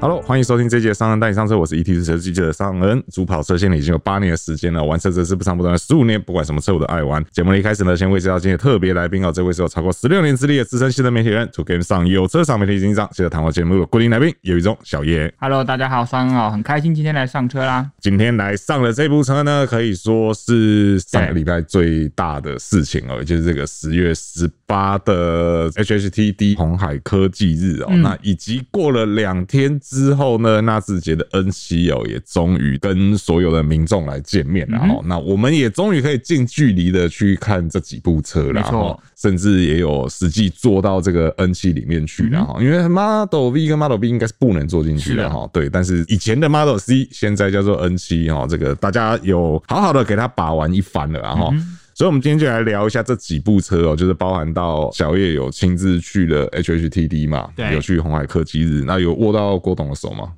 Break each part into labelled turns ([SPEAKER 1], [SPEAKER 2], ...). [SPEAKER 1] Hello，欢迎收听这一节商人带你上车，我是 E ET 是车记者商人。主跑车线已经有八年的时间了，玩车则是不长不短的十五年，不管什么车我都爱玩。节目的一开始呢，先为介绍今天的特别来宾哦，这位是有超过十六年资历的资深新的媒体人，To Game 上有车厂媒体经长，现在谈话节目的固定来宾有一种小叶。
[SPEAKER 2] Hello，大家好，三好，很开心今天来上车啦。
[SPEAKER 1] 今天来上的这部车呢，可以说是上个礼拜最大的事情哦，也就是这个十月十八的 HHTD 红海科技日哦。
[SPEAKER 2] 嗯
[SPEAKER 1] 那以及过了两天之后呢，纳智捷的 N 七哦也终于跟所有的民众来见面
[SPEAKER 2] 嗯
[SPEAKER 1] 了哦。那我们也终于可以近距离的去看这几部车了
[SPEAKER 2] 没错
[SPEAKER 1] 哦，甚至也有实际坐到这个 N 七里面去了哈，因为 Model V 跟 Model B 应该是不能坐进去
[SPEAKER 2] 嗯是
[SPEAKER 1] 的
[SPEAKER 2] 的
[SPEAKER 1] 哈。哦，对，但是以前的 Model C 现在叫做 N 七哈，这个大家有好好的给它把玩一番了啊哈。
[SPEAKER 2] 嗯
[SPEAKER 1] 所以，我们今天就来聊一下这几部车哦，就是包含到小叶有亲自去了 HHTD 嘛，
[SPEAKER 2] 对
[SPEAKER 1] 有去红海科技日，那有握到郭董的手 吗？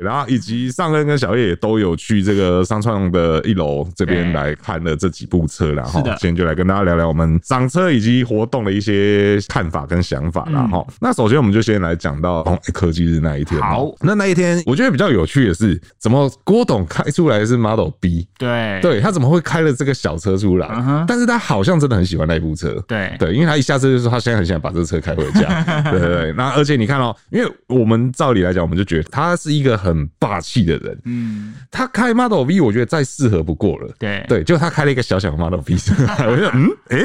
[SPEAKER 1] 然后以及上任跟小叶也都有去这个商创的一楼这边
[SPEAKER 2] 对
[SPEAKER 1] 来看了这几部车啦。哈。
[SPEAKER 2] 是的
[SPEAKER 1] 今天就来跟大家聊聊我们赏车以及活动的一些看法跟想法
[SPEAKER 2] 嗯
[SPEAKER 1] 啦。哈、那首先我们就先来讲到红海科技日那一天。
[SPEAKER 2] 好
[SPEAKER 1] 那那一天我觉得比较有趣的是，怎么郭董开出来的是 Model B？
[SPEAKER 2] 对
[SPEAKER 1] 对他怎么会开了这个小车出来？
[SPEAKER 2] 哎嗯哼
[SPEAKER 1] 但是他好像真的很喜欢那一部车。
[SPEAKER 2] 对
[SPEAKER 1] 对，因为他一下车就说他现在很想把这个车开回 家。对对对，那而且你看哦，因为我们照理来讲，我们就觉得他是一个很霸气的人，
[SPEAKER 2] 嗯，
[SPEAKER 1] 他开 Model V 我觉得再适合不过了。
[SPEAKER 2] 对
[SPEAKER 1] 对，就他开了一个小小的 Model V，出来我就嗯，诶、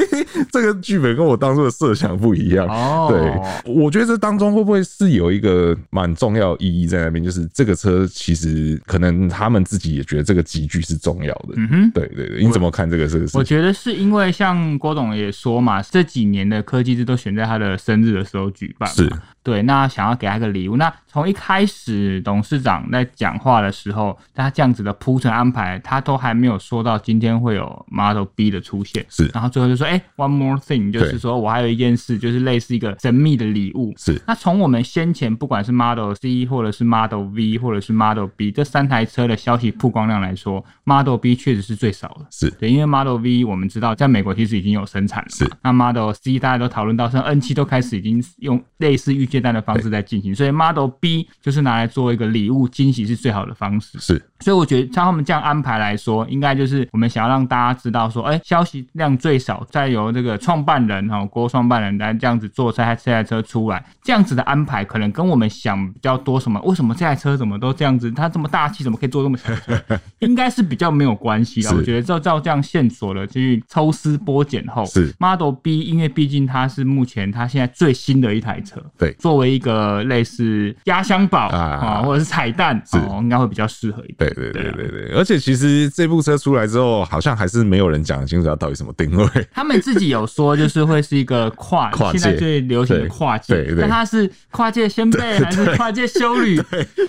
[SPEAKER 1] 这个剧本跟我当初的设想不一样。
[SPEAKER 2] 哦，
[SPEAKER 1] 对，我觉得这当中会不会是有一个蛮重要的意义在那边？就是这个车其实可能他们自己也觉得这个集聚是重要的。
[SPEAKER 2] 嗯哼。
[SPEAKER 1] 对对对，你怎么看这个事
[SPEAKER 2] 我
[SPEAKER 1] 情？
[SPEAKER 2] 觉得是因为像郭董也说嘛，这几年的科技日都选在他的生日的时候举办嘛，
[SPEAKER 1] 是
[SPEAKER 2] 对。那想要给他个礼物，那从一开始董事长在讲话的时候，他这样子的铺陈安排，他都还没有说到今天会有 Model B 的出现，
[SPEAKER 1] 是
[SPEAKER 2] 然后最后就说，哎、o n e more thing，就
[SPEAKER 1] 对
[SPEAKER 2] 是说我还有一件事，就是类似一个神秘的礼物，
[SPEAKER 1] 是
[SPEAKER 2] 那从我们先前不管是 Model C 或者是 Model V 或者是 Model B 这三台车的消息曝光量来说，Model B 确实是最少的。
[SPEAKER 1] 是
[SPEAKER 2] 对，因为 Model V 我们知道在美国其实已经有生产了嘛，
[SPEAKER 1] 是
[SPEAKER 2] 那 Model C 大家都讨论到，像 N 7都开始已经用类似预借单的方式在进行，所以 Model B 就是拿来做一个礼物惊喜是最好的方式。
[SPEAKER 1] 是
[SPEAKER 2] 所以我觉得像他们这样安排来说，应该就是我们想要让大家知道说，哎、消息量最少，再由这个创办人哈、哦、郭创办人来这样子做这台这台车出来，这样子的安排可能跟我们想比较多什么，为什么这台车怎么都这样子，它这么大气，怎么可以做这么小车？应该是比较没有关系的。
[SPEAKER 1] 是
[SPEAKER 2] 我觉得照照这样线索的去抽丝剥茧后，
[SPEAKER 1] 是
[SPEAKER 2] Model B，因为毕竟它是目前它现在最新的一台车，
[SPEAKER 1] 对
[SPEAKER 2] 作为一个类似压箱宝
[SPEAKER 1] 啊
[SPEAKER 2] 啊、或者是彩蛋，
[SPEAKER 1] 是
[SPEAKER 2] 哦，应该会比较适合一
[SPEAKER 1] 对
[SPEAKER 2] 点。
[SPEAKER 1] 对
[SPEAKER 2] 对
[SPEAKER 1] 对
[SPEAKER 2] 啊
[SPEAKER 1] 对对，而且其实这部车出来之后，好像还是没有人讲得清楚它到底什么定位。
[SPEAKER 2] 他们自己有说，就是会是一个跨
[SPEAKER 1] 跨界
[SPEAKER 2] 现在最流行的
[SPEAKER 1] 对
[SPEAKER 2] 跨界。
[SPEAKER 1] 对对
[SPEAKER 2] 但它是跨界先辈还是跨界修女？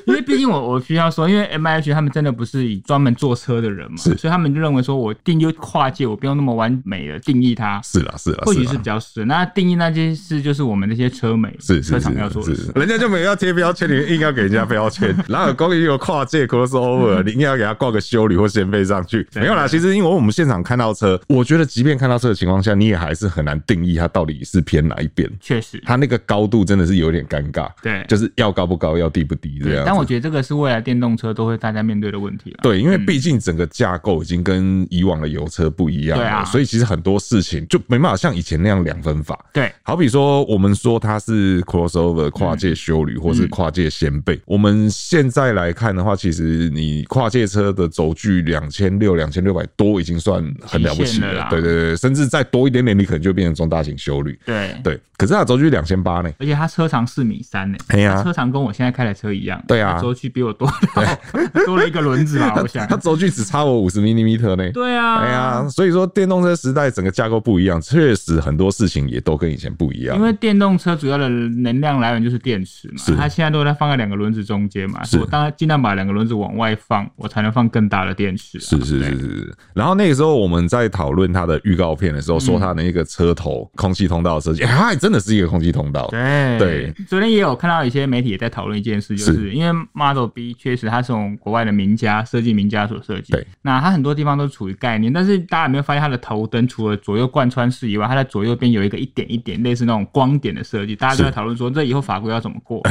[SPEAKER 2] 因为毕竟我我需要说，因为 M I H 他们真的不是以专门做车的人嘛，
[SPEAKER 1] 是
[SPEAKER 2] 所以他们就认为说我定义跨界，我不用那么完美的定义它。
[SPEAKER 1] 是啊啦是啦，
[SPEAKER 2] 或许
[SPEAKER 1] 啦
[SPEAKER 2] 是比较适合，那定义那件事就是我们这些车媒、
[SPEAKER 1] 是
[SPEAKER 2] 车
[SPEAKER 1] 是
[SPEAKER 2] 厂要做的
[SPEAKER 1] 是
[SPEAKER 2] 事
[SPEAKER 1] 是，。人家就没有要贴标签，你硬要给人家标 签。然后公益有跨界 crossover，你硬要给他挂个修理或先飞上去，没有啦。其实因为我们现场看到车，我觉得即便看到车的情况下，你也还是很难定义它到底是偏哪一边。
[SPEAKER 2] 确实，
[SPEAKER 1] 它那个高度真的是有点尴尬，
[SPEAKER 2] 对
[SPEAKER 1] 就是要高不高，要低不低这样子。
[SPEAKER 2] 但我觉得这个是未来电动车都会大家面对的问题了。
[SPEAKER 1] 对，因为毕竟整个架构已经跟以往的油车不一样了，
[SPEAKER 2] 对啊
[SPEAKER 1] 所以其实很多事情就没办法像以前那样两分法。
[SPEAKER 2] 对，
[SPEAKER 1] 好比说，我们说它是 crossover 跨界修
[SPEAKER 2] 嗯
[SPEAKER 1] 旅，或是跨界先辈。我们现在来看的话，其实你跨界车的轴距两千六、两千六百多已经算很了不
[SPEAKER 2] 极
[SPEAKER 1] 起
[SPEAKER 2] 限了
[SPEAKER 1] 了。
[SPEAKER 2] 啦
[SPEAKER 1] 对对对，甚至再多一点点，你可能就变成中大型修旅。
[SPEAKER 2] 对，
[SPEAKER 1] 对，可是它的轴距两千八呢？
[SPEAKER 2] 而且它车长四米三呢、
[SPEAKER 1] 哎呀
[SPEAKER 2] 它车长跟我现在开的车一样，
[SPEAKER 1] 对啊
[SPEAKER 2] 它轴距比我多 多了一个轮子吧，我想
[SPEAKER 1] 它。轴距只差我五十 mm 呢。
[SPEAKER 2] 对啊，
[SPEAKER 1] 哎呀，所以说电动车时代整个架构不一样，确实很多事情也都跟以前不一样
[SPEAKER 2] 因。为电动车主要的能量来源就是电池嘛
[SPEAKER 1] 是，
[SPEAKER 2] 它现在都在放在两个轮子中间嘛，所以我当然尽量把两个轮子往外放，我才能放更大的电池、啊。
[SPEAKER 1] 是是是是是。然后那个时候我们在讨论它的预告片的时
[SPEAKER 2] 嗯
[SPEAKER 1] 候，说它的那个车头空气通道的设计，哎，它还真的是一个空气通道。
[SPEAKER 2] 对
[SPEAKER 1] 对，
[SPEAKER 2] 昨天也有看到一些媒体也在讨论一件事，就是是因为 Model B 确实它是从国外的名家设计名家所设计，
[SPEAKER 1] 对，
[SPEAKER 2] 那它很多地方都处于概念，但是大家有没有发现它的头灯除了左右贯穿式以外，它在左右边有一个一点一点类似那种光点的设计，大家都在讨论说这以后法规要怎么过，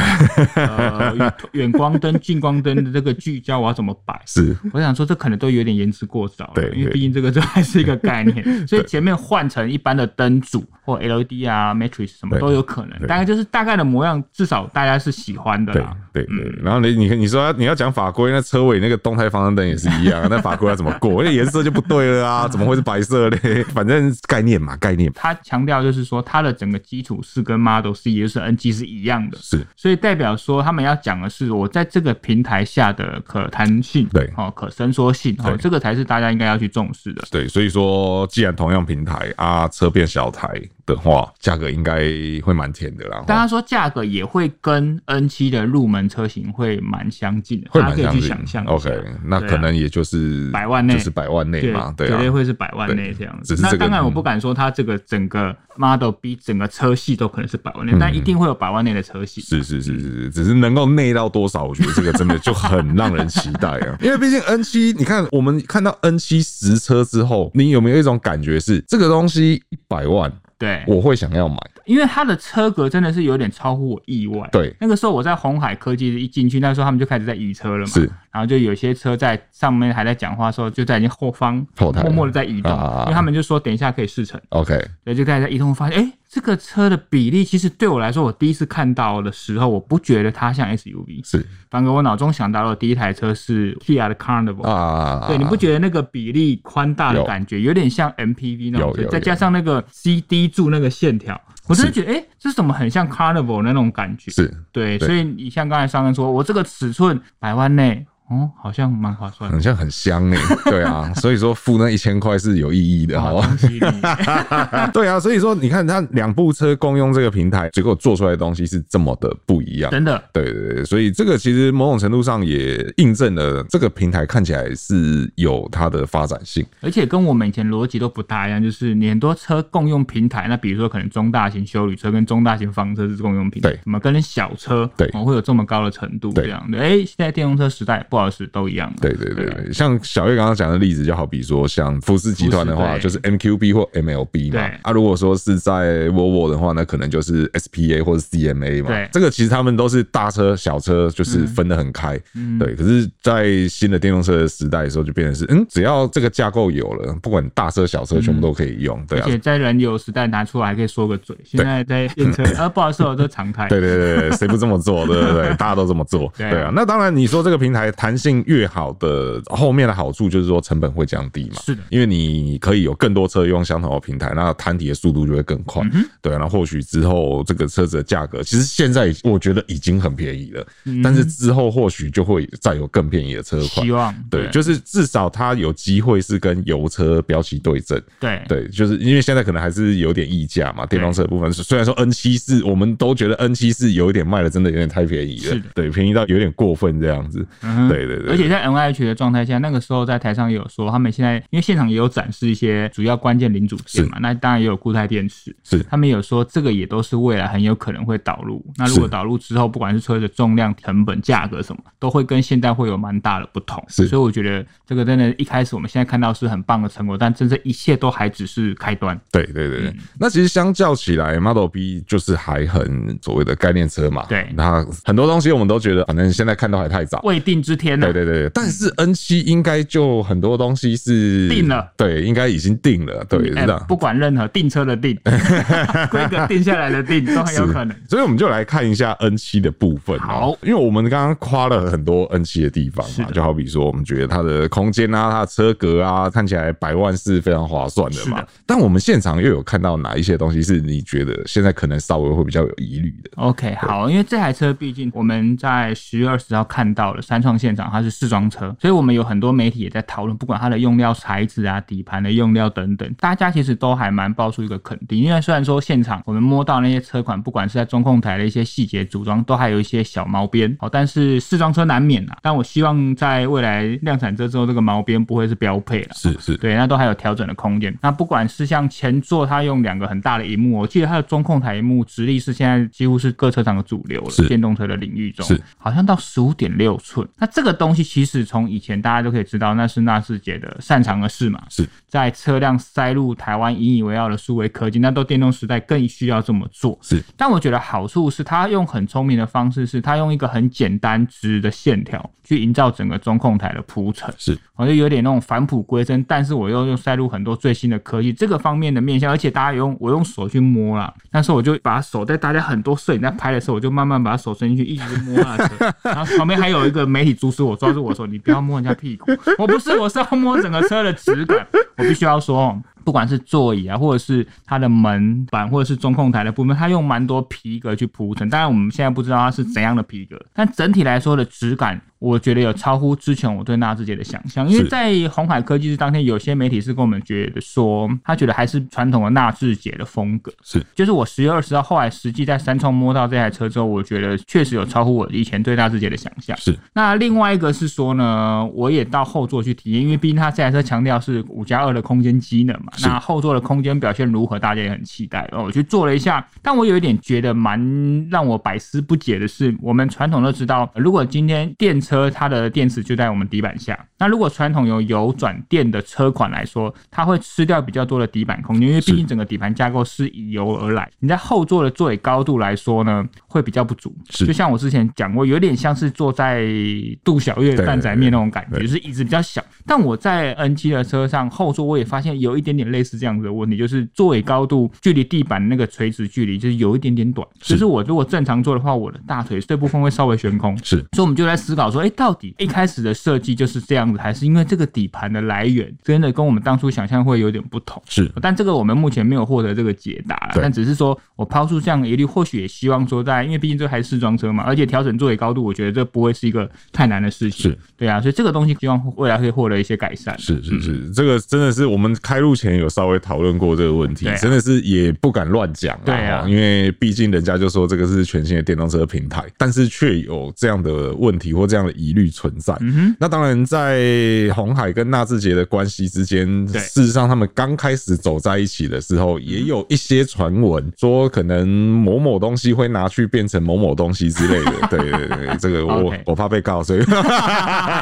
[SPEAKER 2] 呃远远光灯、近光灯的这个聚焦，我要怎么摆？
[SPEAKER 1] 是
[SPEAKER 2] 我想说，这可能都有点言之过早了，
[SPEAKER 1] 对
[SPEAKER 2] 因为
[SPEAKER 1] 对
[SPEAKER 2] 毕竟这个这还是一个概念，所以前面换成一般的灯组或 LED 啊、Matrix 什么
[SPEAKER 1] 对
[SPEAKER 2] 都有可能，
[SPEAKER 1] 对
[SPEAKER 2] 大概就是大概的模样，至少大家是喜欢的
[SPEAKER 1] 对
[SPEAKER 2] 啦。
[SPEAKER 1] 对对，
[SPEAKER 2] 嗯
[SPEAKER 1] 然后你你你说要你要讲法规，那车尾那个动态方向灯也是一样啊， 那法规要怎么过？那颜色就不对了 啊，怎么会是白色嘞？反正概念嘛，概念嘛
[SPEAKER 2] 他强调就是说，它的整个基础是跟 Model C E 也就是 NG 是一样的，
[SPEAKER 1] 是
[SPEAKER 2] 所以代表说他们要讲的是我在这个平台下的可弹性，
[SPEAKER 1] 对
[SPEAKER 2] 哦，可伸缩性，哦
[SPEAKER 1] 对，哦
[SPEAKER 2] 这个才是大家应该要去重视的。
[SPEAKER 1] 对，所以说既然同样平台啊，车变小台的话，价格应该会蛮甜的啦。
[SPEAKER 2] 大家说价格也会跟 N 7的入门车型会蛮相近的，
[SPEAKER 1] 会
[SPEAKER 2] 大
[SPEAKER 1] 蛮
[SPEAKER 2] 家可以
[SPEAKER 1] 相
[SPEAKER 2] 去
[SPEAKER 1] 近
[SPEAKER 2] 想象一下啊
[SPEAKER 1] OK，那可能也就是
[SPEAKER 2] 百万内
[SPEAKER 1] 就是百万内
[SPEAKER 2] 对
[SPEAKER 1] 嘛，对
[SPEAKER 2] 绝
[SPEAKER 1] 啊
[SPEAKER 2] 对，会是百万内这样子。
[SPEAKER 1] 只是
[SPEAKER 2] 那
[SPEAKER 1] 这个
[SPEAKER 2] 当然，我
[SPEAKER 1] 嗯
[SPEAKER 2] 不敢说它这个整个 Model B 整个车系都可能是百万内，但一定会有百万内的车系。
[SPEAKER 1] 嗯是是是是是，只是能够内到多少，我觉得这个真的就很让人期待 啊！因为毕竟 N 七，你看我们看到 N 七实车之后，你有没有一种感觉是这个东西一百万
[SPEAKER 2] 对，
[SPEAKER 1] 我会想要买？
[SPEAKER 2] 因为它的车格真的是有点超乎我意外。
[SPEAKER 1] 对
[SPEAKER 2] 那个时候我在红海科技一进去，那时候他们就开始在移车了嘛，
[SPEAKER 1] 是
[SPEAKER 2] 然后就有些车在上面还在讲话的时候，就在已经后方
[SPEAKER 1] 后台
[SPEAKER 2] 默默的在移动，
[SPEAKER 1] 啊啊啊
[SPEAKER 2] 因为他们就说等一下可以试乘，
[SPEAKER 1] OK，
[SPEAKER 2] 对，就开始在移动，发现哎、诶这个车的比例其实对我来说，我第一次看到的时候，我不觉得它像 SUV，
[SPEAKER 1] 是
[SPEAKER 2] 反而我脑中想到的第一台车是 Kia 的 Carnival，、
[SPEAKER 1] 啊，
[SPEAKER 2] 对，你不觉得那个比例宽大的感觉有点像 MPV 那种
[SPEAKER 1] 有
[SPEAKER 2] 车
[SPEAKER 1] 有，
[SPEAKER 2] 再
[SPEAKER 1] 有
[SPEAKER 2] 加上那个 CD 柱那个线条，我真的觉得，哎、这怎么很像 Carnival 那种感觉？
[SPEAKER 1] 是
[SPEAKER 2] 对，
[SPEAKER 1] 对
[SPEAKER 2] 所以你像刚才商人说，我这个尺寸百万内，哦，好像蛮划算的
[SPEAKER 1] 很。像很香 诶、对啊，所以说付那一千块是有意义的，嗯好
[SPEAKER 2] 好
[SPEAKER 1] 不好
[SPEAKER 2] 东？西里
[SPEAKER 1] 啊 对啊，所以说你看它两部车共用这个平台，结果做出来的东西是这么的不一样。
[SPEAKER 2] 真的
[SPEAKER 1] 对对对，所以这个其实某种程度上也印证了这个平台看起来是有它的发展性。
[SPEAKER 2] 而且跟我们以前逻辑都不大一样，就是你很多车共用平台，那比如说可能中大型修理车跟中大型房车是共用平台，
[SPEAKER 1] 对
[SPEAKER 2] 怎么跟小车
[SPEAKER 1] 对
[SPEAKER 2] 哦、会有这么高的程度
[SPEAKER 1] 对
[SPEAKER 2] 这样的？哎、现在电动车时代，不好意思，都一样了。
[SPEAKER 1] 对对对对，像小月刚刚讲的例子，就好比说像福斯集团的话，
[SPEAKER 2] 福斯对
[SPEAKER 1] 就是 MQB 或 MLB 嘛
[SPEAKER 2] 对。
[SPEAKER 1] 啊，如果说是在 Volvo 的话，那可能就是 SPA 或者 CMA 嘛
[SPEAKER 2] 对。嗯
[SPEAKER 1] 这个其实他们都是大车小车，就是分得很开。对，可是，在新的电动车的时代的时候，就变成是，嗯，只要这个架构有了，不管大车小车，全部都可以用。对
[SPEAKER 2] 嗯而
[SPEAKER 1] 啊，
[SPEAKER 2] 且在燃油时代拿出来还可以说个嘴，现在在 电车，呃，不好意思，我这常态。
[SPEAKER 1] 对对对对，谁不这么做？对对对，大家都这么做。
[SPEAKER 2] 对
[SPEAKER 1] 对
[SPEAKER 2] 啊
[SPEAKER 1] 啊，那当然，你说这个平台弹性越好的，后面的好处就是说成本会降低嘛。
[SPEAKER 2] 是的
[SPEAKER 1] 因为你可以有更多车用相同的平台，那摊底的速度就会更快。
[SPEAKER 2] 嗯
[SPEAKER 1] 对啊，那或许之后这个车子的价格，其实现在我觉得已经很便宜了，但是之后或许就会再有更便宜的车款
[SPEAKER 2] 嗯希。望
[SPEAKER 1] 对，就是至少它有机会是跟油车标旗对阵。
[SPEAKER 2] 对
[SPEAKER 1] 对，就是因为现在可能还是有点溢价嘛，电动车的部分。虽然说 N 七四，我们都觉得 N 七四有一点卖的真的有点太便宜了
[SPEAKER 2] 是的，嗯
[SPEAKER 1] 对，便宜到有点过分这样子。对对对，
[SPEAKER 2] 而且在 N I H 的状态下，那个时候在台上也有说，他们现在因为现场也有展示一些主要关键零组件嘛，那当然也有固态电池，
[SPEAKER 1] 是
[SPEAKER 2] 他们有说这个也都是未来很有可能会导入。那如果
[SPEAKER 1] 是
[SPEAKER 2] 导入之后，不管是车的重量、成本、价格什么，都会跟现在会有蛮大的不同。
[SPEAKER 1] 是
[SPEAKER 2] 所以我觉得这个真的，一开始我们现在看到是很棒的成果，但真正一切都还只是开端。
[SPEAKER 1] 对对对对，
[SPEAKER 2] 嗯
[SPEAKER 1] 那其实相较起来，Model B 就是还很所谓的概念车嘛。
[SPEAKER 2] 对
[SPEAKER 1] 那很多东西我们都觉得，反正现在看到还太早。
[SPEAKER 2] 未定之天呢、啊
[SPEAKER 1] 对对对，对但是 N 七应该就很多东西是
[SPEAKER 2] 定了，
[SPEAKER 1] 对，应该已经定了，对，是
[SPEAKER 2] 哎
[SPEAKER 1] 的。
[SPEAKER 2] 不管任何订车的订， 规格定下来的定都很有可能。
[SPEAKER 1] 所以我们就来看一下 N 七的部分、哦。
[SPEAKER 2] 好
[SPEAKER 1] 因为我们刚刚夸了很多 N 七的地方嘛，就好比说我们觉得它的空间啊、它的车格啊，看起来百万是非常划算的嘛。
[SPEAKER 2] 是的
[SPEAKER 1] 但我们现场又有看到哪一些东西是你觉得现在可能稍微会比较有疑虑的？
[SPEAKER 2] OK，好，因为这台车毕竟我们在十月二十号看到了三创现场，它是试装车，所以我们有很多媒体也在讨论，不管它的用料材质啊、底盘的用料等等，大家其实都还蛮爆出一个肯定。因为虽然说现场我们摸到那些车款，不管是在中控台的一些细节组装，都还有一些小毛边，好，但是试装车难免啊。但我希望在未来量产车之后，这个毛边不会是标配了。
[SPEAKER 1] 是是，
[SPEAKER 2] 对，那都还有调整的空间。那不管是像前座，它用两个很大的荧幕，我记得它的中控台荧幕直立是现在几乎是各车厂的主流了
[SPEAKER 1] 是，
[SPEAKER 2] 电动车的领域中
[SPEAKER 1] 是，
[SPEAKER 2] 好像到十五点六寸。那这个东西其实从以前大家都可以知道，那是纳智捷的擅长的事嘛。
[SPEAKER 1] 是
[SPEAKER 2] 在车辆塞入台湾引以为傲的数位科技，那到电动时代更需要这么做。
[SPEAKER 1] 是，
[SPEAKER 2] 但我觉得好处是它用很聪明的方式，是它用一个很简单直的线条去营造整个中控台的铺陈。
[SPEAKER 1] 是
[SPEAKER 2] 我就有点那种返璞归真，但是我又又塞入很多最新的科技这个方面的面向，而且大家用我用手去摸啦，那时候我就把手在大家很多摄影在拍的时候，我就慢慢把手伸进去，一直摸那车，然后旁边还有一个媒体阻止我，抓住我说你不要摸人家屁股，我不是我是要摸整个车的质感，我必须要说哦。不管是座椅啊，或者是它的门板，或者是中控台的部分，它用蛮多皮革去铺成。当然，我们现在不知道它是怎样的皮革，但整体来说的质感，我觉得有超乎之前我对纳智捷的想象。因为
[SPEAKER 1] 是
[SPEAKER 2] 在红海科技日当天，有些媒体是跟我们觉得说，他觉得还是传统的纳智捷的风格。
[SPEAKER 1] 是，
[SPEAKER 2] 就是我十月二十号后来实际在三重摸到这台车之后，我觉得确实有超乎我以前对纳智捷的想象。
[SPEAKER 1] 是
[SPEAKER 2] 那另外一个是说呢，我也到后座去体验，因为毕竟它这台车强调是五加二的空间机能嘛，
[SPEAKER 1] 是
[SPEAKER 2] 那后座的空间表现如何，大家也很期待。哦，我去坐了一下，但我有一点觉得蛮让我百思不解的是，我们传统都知道，如果今天电车它的电池就在我们底板下，那如果传统有油转电的车款来说，它会吃掉比较多的底板空间，因为毕
[SPEAKER 1] 是
[SPEAKER 2] 竟整个底盘架构是以油而来，你在后座的座椅高度来说呢，会比较不足。
[SPEAKER 1] 是
[SPEAKER 2] 就像我之前讲过，有点像是坐在杜小月
[SPEAKER 1] 对
[SPEAKER 2] 蛋仔面那种感觉，
[SPEAKER 1] 对
[SPEAKER 2] 就是椅子比较小。但我在 N 7的车上后座，我也发现有一点点类似这样子的问题，就是座椅高度距离地板那个垂直距离就是有一点点短。
[SPEAKER 1] 是
[SPEAKER 2] 就是我如果正常坐的话，我的大腿这部分会稍微悬空。
[SPEAKER 1] 是
[SPEAKER 2] 所以我们就在思考说，哎、到底一开始的设计就是这样子，还是因为这个底盘的来源真的跟我们当初想象会有点不同？
[SPEAKER 1] 是
[SPEAKER 2] 但这个我们目前没有获得这个解答啦，
[SPEAKER 1] 对
[SPEAKER 2] 但只是说我抛出这样的疑虑，或许也希望说在，因为毕竟这还是试装车嘛，而且调整座椅高度，我觉得这不会是一个太难的事情。
[SPEAKER 1] 是，
[SPEAKER 2] 对啊，所以这个东西希望未来会获得一些改善。
[SPEAKER 1] 是是
[SPEAKER 2] 嗯
[SPEAKER 1] 是，这个真的是我们开路前有稍微讨论过这个问题
[SPEAKER 2] 对啊，
[SPEAKER 1] 真的是也不敢乱讲啦
[SPEAKER 2] 对啊
[SPEAKER 1] 哦因为毕竟人家就说这个是全新的电动车平台，但是却有这样的问题或这样的疑虑存在。
[SPEAKER 2] 嗯
[SPEAKER 1] 那当然，在红海跟纳智捷的关系之间，
[SPEAKER 2] 对嗯
[SPEAKER 1] 事实上他们刚开始走在一起的时候，也有一些传闻说可能某某东西会拿去变成某某东西之类的。对对对，对这个我
[SPEAKER 2] OK
[SPEAKER 1] 我怕被告，所以。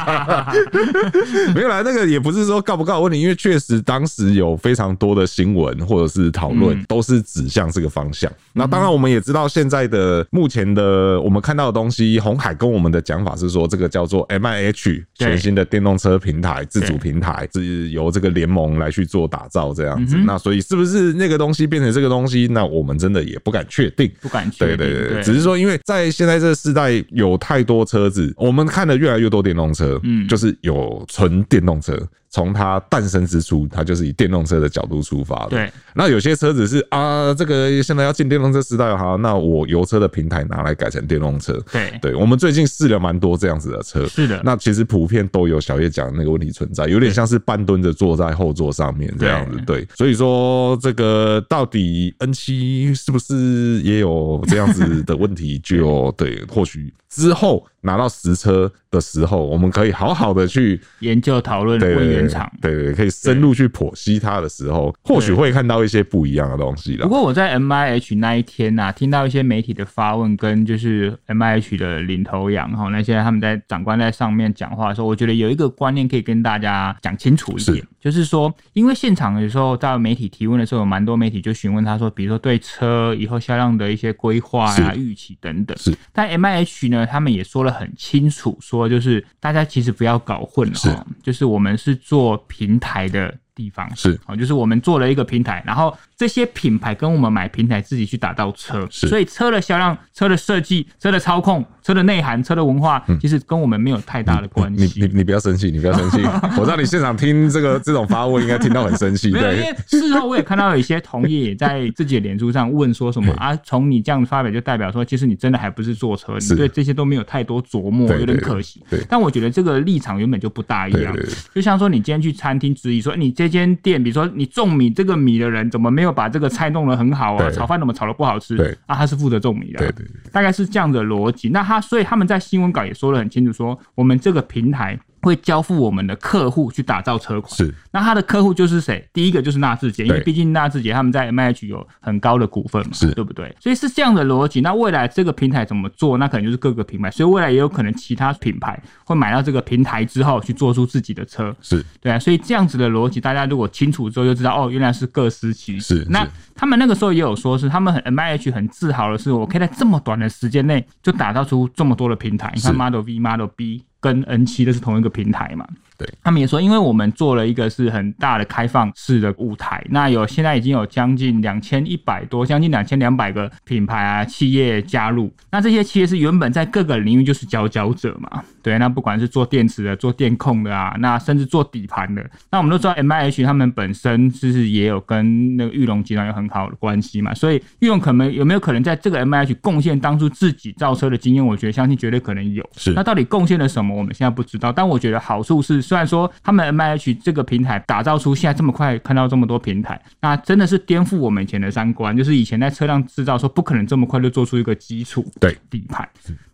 [SPEAKER 1] 没有啦，那个也不是说告不告的问题，因为确实当时有非常多的新闻或者是讨论，都是指向这个方向。那当然，我们也知道现在的目前的我们看到的东西，红海跟我们的讲法是说，这个叫做 M I H
[SPEAKER 2] 对
[SPEAKER 1] 全新的电动车平台自主平台，是由这个联盟来去做打造这样子。那所以是不是那个东西变成这个东西，那我们真的也不敢确定。
[SPEAKER 2] 不敢确
[SPEAKER 1] 对
[SPEAKER 2] 定，
[SPEAKER 1] 对对，
[SPEAKER 2] 对，
[SPEAKER 1] 只是说，因为在现在这个时代，有太多车子，我们看的越来越多电动车，
[SPEAKER 2] 嗯
[SPEAKER 1] 就是有纯电动车，从它诞生之初，它就是以电动车的角度出发的。
[SPEAKER 2] 对，
[SPEAKER 1] 那有些车子是啊，这个现在要进电动车时代了，好，那我油车的平台拿来改成电动车。
[SPEAKER 2] 对
[SPEAKER 1] 对，我们最近试了蛮多这样子的车，
[SPEAKER 2] 是的
[SPEAKER 1] 那其实普遍都有小叶讲的那个问题存在，有点像是半蹲着坐在后座上面这样子。对，所以说这个到底 N 七是不是也有这样子的问题？ 就对，或许之后拿到实车的时候，我们可以好好的去
[SPEAKER 2] 研究讨论
[SPEAKER 1] 对
[SPEAKER 2] 问
[SPEAKER 1] 对
[SPEAKER 2] 原
[SPEAKER 1] 对
[SPEAKER 2] 厂。
[SPEAKER 1] 对对，可以深入去剖析它的时候，或许会看到一些不一样的东西啦
[SPEAKER 2] 不。过我在 M I H 那一天呐、听到一些媒体的发问，跟就是 M I H 的领头羊哈那些他们在长官在上面讲话的时候，我觉得有一个观念可以跟大家讲清楚一点
[SPEAKER 1] 是，
[SPEAKER 2] 就是说，因为现场有时候到媒体提问的时候，有蛮多媒体就询问他说，比如说对车以后销量的一些规划啊、
[SPEAKER 1] 是
[SPEAKER 2] 预期等等。
[SPEAKER 1] 是，
[SPEAKER 2] 但 M I H 呢，他们也说了很清楚，说就是大家其实不要搞混了
[SPEAKER 1] 是
[SPEAKER 2] 哦，就是我们是做平台的地方，
[SPEAKER 1] 是
[SPEAKER 2] 哦，就是我们做了一个平台，然后这些品牌跟我们买平台自己去打造车，
[SPEAKER 1] 是
[SPEAKER 2] 所以车的销量、车的设计、车的操控、车的内涵、车的文化，其实跟我们没有太大的关
[SPEAKER 1] 嗯你你
[SPEAKER 2] 系。
[SPEAKER 1] 你不要生气，你不要生 气。我知道你现场听这个这种发问，应该听到很生气。
[SPEAKER 2] 没有，因
[SPEAKER 1] 对
[SPEAKER 2] 为，事后我也看到有一些同业也在自己的脸书上问说什么啊，从你这样发表就代表说，其实你真的还不是坐车，你
[SPEAKER 1] 是
[SPEAKER 2] 对这些都没有太多琢磨，
[SPEAKER 1] 对
[SPEAKER 2] 有点
[SPEAKER 1] 对
[SPEAKER 2] 可惜
[SPEAKER 1] 对。
[SPEAKER 2] 但我觉得这个立场原本就不大一样
[SPEAKER 1] 对对对。
[SPEAKER 2] 就像说你今天去餐厅质疑说，你这间店，比如说你种米这个米的人怎么没有把这个菜弄得很好啊，
[SPEAKER 1] 对
[SPEAKER 2] 炒饭怎么炒得不好吃
[SPEAKER 1] 对
[SPEAKER 2] 啊，他是负责种米的啊。
[SPEAKER 1] 对对对
[SPEAKER 2] 大概是这样的逻辑。那他所以他们在新闻稿也说得很清楚说我们这个平台会交付我们的客户去打造车款。
[SPEAKER 1] 是
[SPEAKER 2] 那他的客户就是谁？第一个就是纳智捷，因为
[SPEAKER 1] 对
[SPEAKER 2] 毕竟纳智捷他们在 M H 有很高的股份嘛，
[SPEAKER 1] 是
[SPEAKER 2] 对不对？所以是这样的逻辑。那未来这个平台怎么做？那可能就是各个品牌，所以未来也有可能其他品牌会买到这个平台之后去做出自己的车，
[SPEAKER 1] 是
[SPEAKER 2] 对啊。所以这样子的逻辑，大家如果清楚之后就知道，哦，原来是各司其职。
[SPEAKER 1] 是
[SPEAKER 2] 那
[SPEAKER 1] 是
[SPEAKER 2] 他们那个时候也有说是他们很 M H 很自豪的是，我可以在这么短的时间内就打造出这么多的平台。你看
[SPEAKER 1] 是
[SPEAKER 2] Model V、Model B 跟 N 7都是同一个平台嘛。
[SPEAKER 1] 对，
[SPEAKER 2] 他们也说，因为我们做了一个是很大的开放式的舞台，那有现在已经有将近两千一百多，将近两千两百个品牌啊企业加入。那这些企业是原本在各个领域就是佼佼者嘛，对，那不管是做电池的、做电控的啊，那甚至做底盘的，那我们都知道 M I H 他们本身就是也有跟那个玉龙集团有很好的关系嘛，所以玉龙可能有没有可能在这个 M I H 贡献当初自己造车的经验？我觉得相信绝对可能有。
[SPEAKER 1] 是
[SPEAKER 2] 那到底贡献了什么？我们现在不知道，但我觉得好处是，虽然说他们 M I H 这个平台打造出现在这么快看到这么多平台，那真的是颠覆我们以前的三观，就是以前在车辆制造说不可能这么快就做出一个基础
[SPEAKER 1] 对
[SPEAKER 2] 底盘。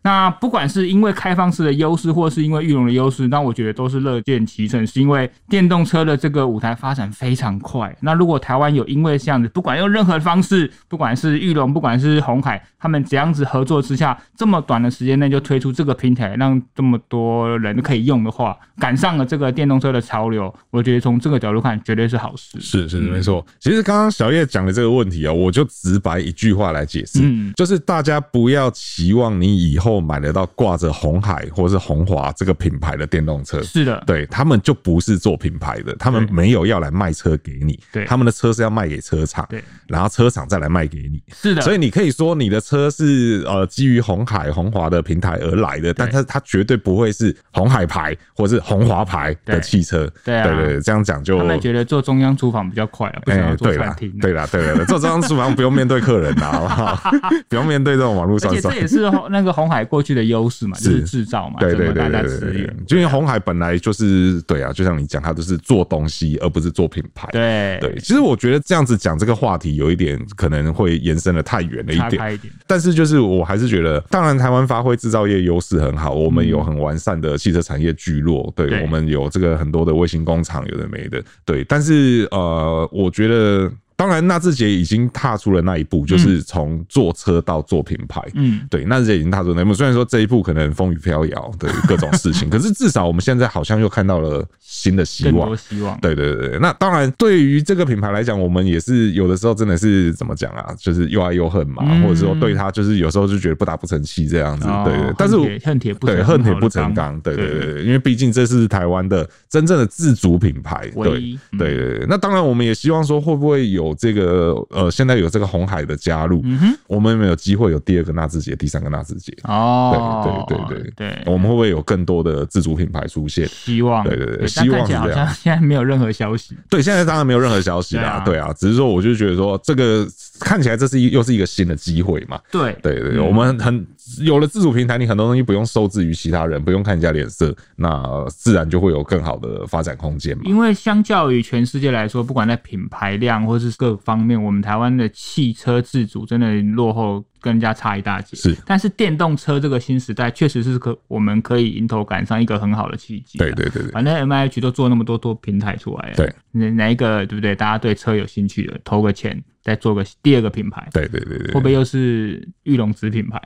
[SPEAKER 2] 那不管是因为开放式的优势，或是因为玉龙的优势，那我觉得都是乐见其成，是因为电动车的这个舞台发展非常快。那如果台湾有因为这样子，不管用任何方式，不管是玉龙，不管是红海，他们这样子合作之下，这么短的时间内就推出这个平台，让这么多人可以用的话，赶上了这个电动车的潮流，我觉得从这个角度看，绝对是好事。
[SPEAKER 1] 是是没错。其实刚刚小叶讲的这个问题啊、我就直白一句话来解释，
[SPEAKER 2] 嗯
[SPEAKER 1] 就是大家不要期望你以后买得到挂着红海或是红华这个品牌的电动车。
[SPEAKER 2] 是的，
[SPEAKER 1] 对他们就不是做品牌的，他们
[SPEAKER 2] 对
[SPEAKER 1] 没有要来卖车给你，
[SPEAKER 2] 对
[SPEAKER 1] 他们的车是要卖给车厂，
[SPEAKER 2] 对，啊
[SPEAKER 1] 然后车厂再来卖给你，
[SPEAKER 2] 是的，
[SPEAKER 1] 所以你可以说你的车是呃基于红海、红华的平台而来的，但它它绝对不会是红海牌或是红华牌的
[SPEAKER 2] 对
[SPEAKER 1] 汽车。
[SPEAKER 2] 对啊
[SPEAKER 1] 对对，这样讲就
[SPEAKER 2] 他们觉得做中央厨房比较快啊，不想
[SPEAKER 1] 哎
[SPEAKER 2] 要做
[SPEAKER 1] 对
[SPEAKER 2] 餐
[SPEAKER 1] 啦
[SPEAKER 2] 厅啊、，
[SPEAKER 1] 对啦，对啦，对做这张厨房不用面对客人啦，好不好？ 不用面对这种网络
[SPEAKER 2] 而
[SPEAKER 1] 酸
[SPEAKER 2] 且
[SPEAKER 1] 酸
[SPEAKER 2] 这。也是那个红海过去的优势嘛，就是是制造嘛，
[SPEAKER 1] 对对
[SPEAKER 2] 整
[SPEAKER 1] 对
[SPEAKER 2] 个
[SPEAKER 1] 对
[SPEAKER 2] 大家
[SPEAKER 1] 对
[SPEAKER 2] 资
[SPEAKER 1] 对
[SPEAKER 2] 源，，
[SPEAKER 1] 就因为红海本来就是对啊，就像你讲，它就是做东西，而不是做品牌。
[SPEAKER 2] 对
[SPEAKER 1] 对，其实我觉得这样子讲这个话题有一点可能会延伸的太远了一
[SPEAKER 2] 岔
[SPEAKER 1] 点，
[SPEAKER 2] 开一点，
[SPEAKER 1] 但是就是我还是觉得，当然台湾发挥制造业优势很好，我们有很完善的汽车产业聚落，对
[SPEAKER 2] 对
[SPEAKER 1] 我们有这个很多的卫星工厂，有的没的，对。但是呃，我觉得。当然，纳智捷已经踏出了那一步，就是从做车到做品牌。
[SPEAKER 2] 嗯，
[SPEAKER 1] 对，纳智捷已经踏出那一步。虽然说这一步可能风雨飘摇，对各种事 情，可是至少我们现在好像又看到了新的希
[SPEAKER 2] 更
[SPEAKER 1] 望
[SPEAKER 2] 多。希望，
[SPEAKER 1] 对对对，对那当然，对于这个品牌来讲，我们也是有的时候真的是怎么讲啊，就是又爱又恨嘛，
[SPEAKER 2] 嗯
[SPEAKER 1] 或者说对他就是有时候就觉得不打不成器这样子，
[SPEAKER 2] 哦
[SPEAKER 1] 对对
[SPEAKER 2] 恨
[SPEAKER 1] 对。但是我
[SPEAKER 2] 铁恨铁不
[SPEAKER 1] 对
[SPEAKER 2] 成
[SPEAKER 1] 恨铁
[SPEAKER 2] 好的
[SPEAKER 1] 不成
[SPEAKER 2] 钢
[SPEAKER 1] 钢，对对
[SPEAKER 2] 对
[SPEAKER 1] 对对，因为毕竟这是台湾的真正的自主品牌，
[SPEAKER 2] 唯
[SPEAKER 1] 对
[SPEAKER 2] 一嗯
[SPEAKER 1] 对对对。那当然，我们也希望说会不会有这个呃，现在有这个红海的加入，
[SPEAKER 2] 嗯
[SPEAKER 1] 我们有没有机会有第二个纳智捷、第三个纳智捷？
[SPEAKER 2] 哦，
[SPEAKER 1] 对对对
[SPEAKER 2] 对
[SPEAKER 1] 我们会不会有更多的自主品牌出现？
[SPEAKER 2] 希望，
[SPEAKER 1] 对对对希望
[SPEAKER 2] 但看起来
[SPEAKER 1] 是
[SPEAKER 2] 好
[SPEAKER 1] 这样
[SPEAKER 2] 像现在没有任何消息，
[SPEAKER 1] 对，现在当然没有任何消息啦，
[SPEAKER 2] 对
[SPEAKER 1] 对啊，只是说我就觉得说这个看起来这是一又是一个新的机会嘛，
[SPEAKER 2] 对
[SPEAKER 1] 对对对，我们很有了自主平台，你很多东西不用受制于其他人，不用看人家脸色，那自然就会有更好的发展空间嘛。
[SPEAKER 2] 因为相较于全世界来说，不管在品牌量或是各方面，我们台湾的汽车自主真的落后跟人家差一大截。
[SPEAKER 1] 是，
[SPEAKER 2] 但是电动车这个新时代确实是可我们可以迎头赶上一个很好的契机啊。
[SPEAKER 1] 对对对对，
[SPEAKER 2] 反正 M I H 都做那么多多平台出来了，
[SPEAKER 1] 对
[SPEAKER 2] 哪哪一个对不对？大家对车有兴趣的，投个钱再做个第二个品牌，
[SPEAKER 1] 对对对对
[SPEAKER 2] 会不会又是玉龙 子品牌？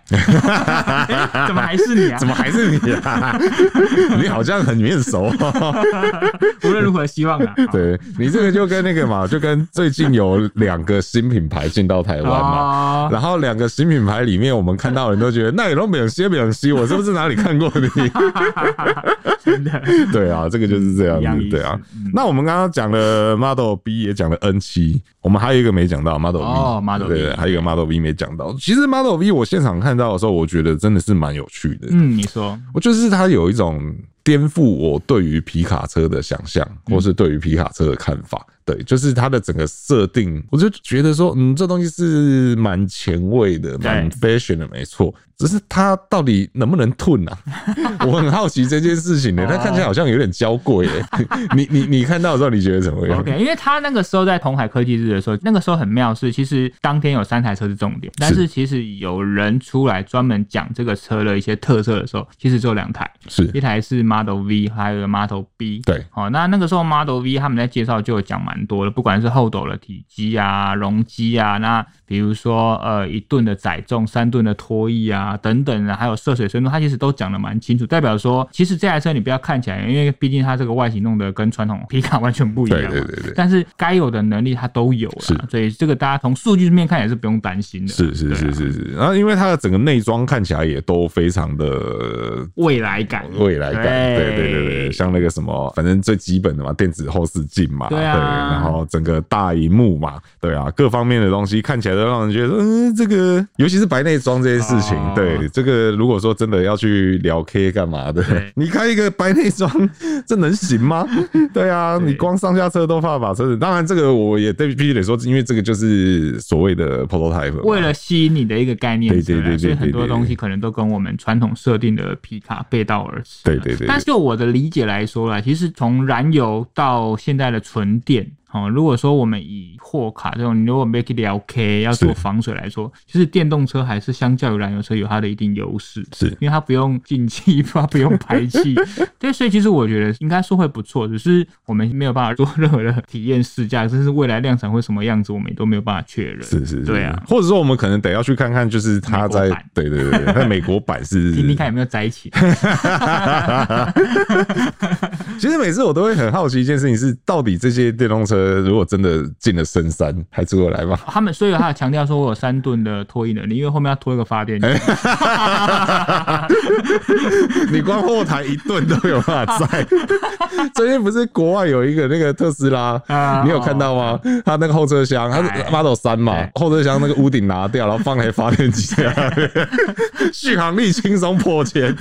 [SPEAKER 2] 怎么还是你啊？
[SPEAKER 1] 怎么还是你啊？ 你好像很面熟、啊
[SPEAKER 2] 无论如何希望啊，
[SPEAKER 1] 对你这个就跟那个嘛，就跟最近有两个新品牌进到台湾嘛，
[SPEAKER 2] 哦，
[SPEAKER 1] 然后两个新品牌里面，我们看到的人都觉得那也都没有西，没有西，我是不是哪里看过你？
[SPEAKER 2] 真的，
[SPEAKER 1] 对啊，这个就是这
[SPEAKER 2] 嗯
[SPEAKER 1] 样
[SPEAKER 2] 一样意
[SPEAKER 1] 子，
[SPEAKER 2] 思
[SPEAKER 1] 对啊。那我们刚刚讲了 Model B，也讲了 N 七，我们还有一个没讲到 Model B，
[SPEAKER 2] 哦，Model
[SPEAKER 1] 对对
[SPEAKER 2] B
[SPEAKER 1] 还有一个 Model B 没讲到。其实 Model B 我现场看到的时候，我觉得真的是蛮有趣的。
[SPEAKER 2] 嗯，你说，
[SPEAKER 1] 我就是它有一
[SPEAKER 2] 嗯
[SPEAKER 1] 种颠覆我对于皮卡车的想象，或是对于皮卡车的看法。对，就是它的整个设定，我就觉得说，嗯，这东西是蛮前卫的，蛮 fashion 的，没错。只是它到底能不能吞啊？ 我很好奇这件事 情呢、
[SPEAKER 2] 哦
[SPEAKER 1] 它看起来好像有点娇贵耶。 你你你看到的时候，你觉得怎么样
[SPEAKER 2] OK，因为他那个时候在同海科技日的时候，那个时候很妙是，其实当天有三台车是重点，但是其实有人出来专门讲这个车的一些特色的时候，其实只有两台，
[SPEAKER 1] 是
[SPEAKER 2] 一台是 Model V，还有一个 Model B。
[SPEAKER 1] 对，
[SPEAKER 2] 哦，那那个时候 Model V 他们在介绍就有讲蛮多的，不管是后斗的体积啊、容积啊，那比如说呃一吨的载重、三吨的拖曳啊等等啊，还有涉水深度，它其实都讲的蛮清楚，代表说其实这台车你不要看起来，因为毕竟它这个外形弄得跟传统 皮卡完全不一样
[SPEAKER 1] 对
[SPEAKER 2] 嘛，
[SPEAKER 1] 对对对，
[SPEAKER 2] 但是该有的能力它都有
[SPEAKER 1] 是
[SPEAKER 2] 了，所以这个大家从数据面看也是不用担心的。
[SPEAKER 1] 是是
[SPEAKER 2] 对啊
[SPEAKER 1] 是是是。然后因为它的整个内装看起来也都非常的
[SPEAKER 2] 未来感，哎
[SPEAKER 1] 未来感，对
[SPEAKER 2] 对
[SPEAKER 1] 对对对，像那个什么，反正最基本的嘛，电子后视镜嘛，
[SPEAKER 2] 对啊
[SPEAKER 1] 然后整个大荧幕嘛，对啊，各方面的东西看起来都让人觉得，嗯，这个尤其是白内装这件事情，
[SPEAKER 2] 哦
[SPEAKER 1] 对这个如果说真的要去聊 K 干嘛 的
[SPEAKER 2] 对，
[SPEAKER 1] 你开一个白内装， 这能行吗？ 对啊，
[SPEAKER 2] 对
[SPEAKER 1] 你光上下车都怕把车子，当然这个我也对必须得说，因为这个就是所谓的 prototype，嘛
[SPEAKER 2] 为了吸引你的一个概念，
[SPEAKER 1] 对对对对
[SPEAKER 2] 所以很
[SPEAKER 1] 对
[SPEAKER 2] 多
[SPEAKER 1] 对对
[SPEAKER 2] 东西可能都跟我们传统设定的皮卡背道而驰。啊
[SPEAKER 1] 对对对对
[SPEAKER 2] 但是就我的理解来说啦，其实从燃油到现在的纯电。哦，如果说我们以货卡这种，你如果没去聊 K 要做
[SPEAKER 1] 是
[SPEAKER 2] 防水来说，就是电动车还是相较于燃油车有它的一定优势，
[SPEAKER 1] 是
[SPEAKER 2] 因为它不用进气， 它不用排 气，对，所以其实我觉得应该说会不错，只是我们没有办法做任何的体验试驾，这是未来量产会什么样子，我们也都没有办法确认。
[SPEAKER 1] 是是是，
[SPEAKER 2] 对啊，
[SPEAKER 1] 或者说我们可能得要去看看，就是他在
[SPEAKER 2] 美国版
[SPEAKER 1] 对对对，对在美国版 是
[SPEAKER 2] 听听看有没有在一起。
[SPEAKER 1] 其实每次我都会很好奇一件事情是，到底这些电动车如果真的进了深山，还出得来吗？
[SPEAKER 2] 他们所以他有强调说我有三吨的拖曳能力，因为后面要拖一个发 电机。
[SPEAKER 1] 哎你光后台一顿都有办法载。最近不是国外有一个那个特斯拉
[SPEAKER 2] 啊，
[SPEAKER 1] 你有看到吗？它那个后车厢，它是
[SPEAKER 2] 哎
[SPEAKER 1] Model 三嘛
[SPEAKER 2] 对，
[SPEAKER 1] 后车厢那个屋顶拿掉，然后放台发电机在那边，续航力轻松破千。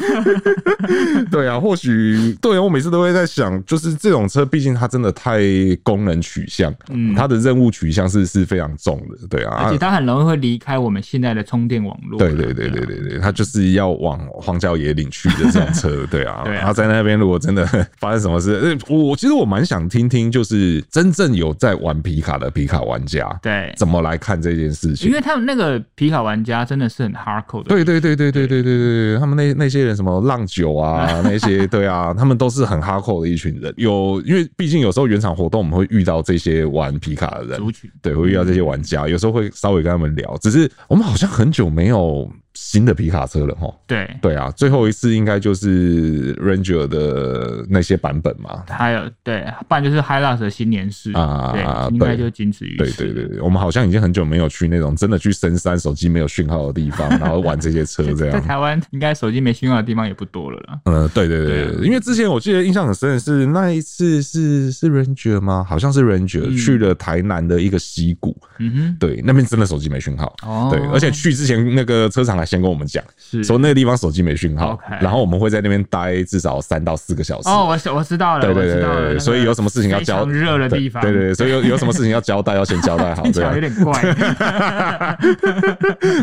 [SPEAKER 1] 对啊，或许对啊，我每次都会在想，就是这种车，毕竟它真的太功能取向，它的任务取向是是非常重的，对啊，
[SPEAKER 2] 嗯而且它很容易会离开我们现在的充电网络。
[SPEAKER 1] 对对对对对对，他就是要往荒郊野岭去的这种 车，对啊。
[SPEAKER 2] 对啊
[SPEAKER 1] 他在那边如果真的 发生什么事，呃我其实我蛮想听听，就是真正有在玩皮卡的皮卡玩家，
[SPEAKER 2] 对，
[SPEAKER 1] 怎么来看这件事情
[SPEAKER 2] 因？为他们那个皮卡玩家真的是很 hardcore 的。
[SPEAKER 1] 对对对对对对对对对，他们那那些人什么浪酒 啊，那些对啊，他们都是很哈扣的一群人。有因为毕竟有时候原厂活动我们会遇到这些玩皮卡的人，
[SPEAKER 2] 族群，
[SPEAKER 1] 对，会遇到这些玩家，有时候会稍微跟他们聊。只是我们好像很久没有新的皮卡车了哈。
[SPEAKER 2] 对，
[SPEAKER 1] 对啊，最后一次应该就是 Ranger 的那些版本嘛。
[SPEAKER 2] 还有对，不然就是 Hilux 的新年式
[SPEAKER 1] 啊
[SPEAKER 2] 对，
[SPEAKER 1] 对
[SPEAKER 2] 应该就仅止于
[SPEAKER 1] 对
[SPEAKER 2] 此。
[SPEAKER 1] 对对对，我们好像已经很久没有去那种真的去深山、手机没有讯号的地方，然后玩这些车这
[SPEAKER 2] 在
[SPEAKER 1] 样。
[SPEAKER 2] 台湾应该手机没信号的地方也不多了啦。
[SPEAKER 1] 嗯，对对对
[SPEAKER 2] 对啊
[SPEAKER 1] 对，因为之前我记得印象很深的是那一次是是 Ranger 吗？好像是 Ranger、
[SPEAKER 2] 嗯
[SPEAKER 1] 去了台南的一个溪谷，
[SPEAKER 2] 嗯
[SPEAKER 1] 对，那边真的手机没讯号。
[SPEAKER 2] 哼，哦，
[SPEAKER 1] 对，而且去之前那个车厂还先跟我们讲，
[SPEAKER 2] 是
[SPEAKER 1] 说那个地方手机没讯号
[SPEAKER 2] OK
[SPEAKER 1] 然后我们会在那边待至少三到四个小时。
[SPEAKER 2] 哦，我知我知道了，
[SPEAKER 1] 对对
[SPEAKER 2] 我
[SPEAKER 1] 对
[SPEAKER 2] 知道了
[SPEAKER 1] 对
[SPEAKER 2] 那
[SPEAKER 1] 对，
[SPEAKER 2] 个
[SPEAKER 1] 所以有什么事情要交
[SPEAKER 2] 非常热的地方，
[SPEAKER 1] 对对对，所以有有什么事情要交代，要先交代好
[SPEAKER 2] 听起
[SPEAKER 1] 这
[SPEAKER 2] 来
[SPEAKER 1] 样。
[SPEAKER 2] 有点怪。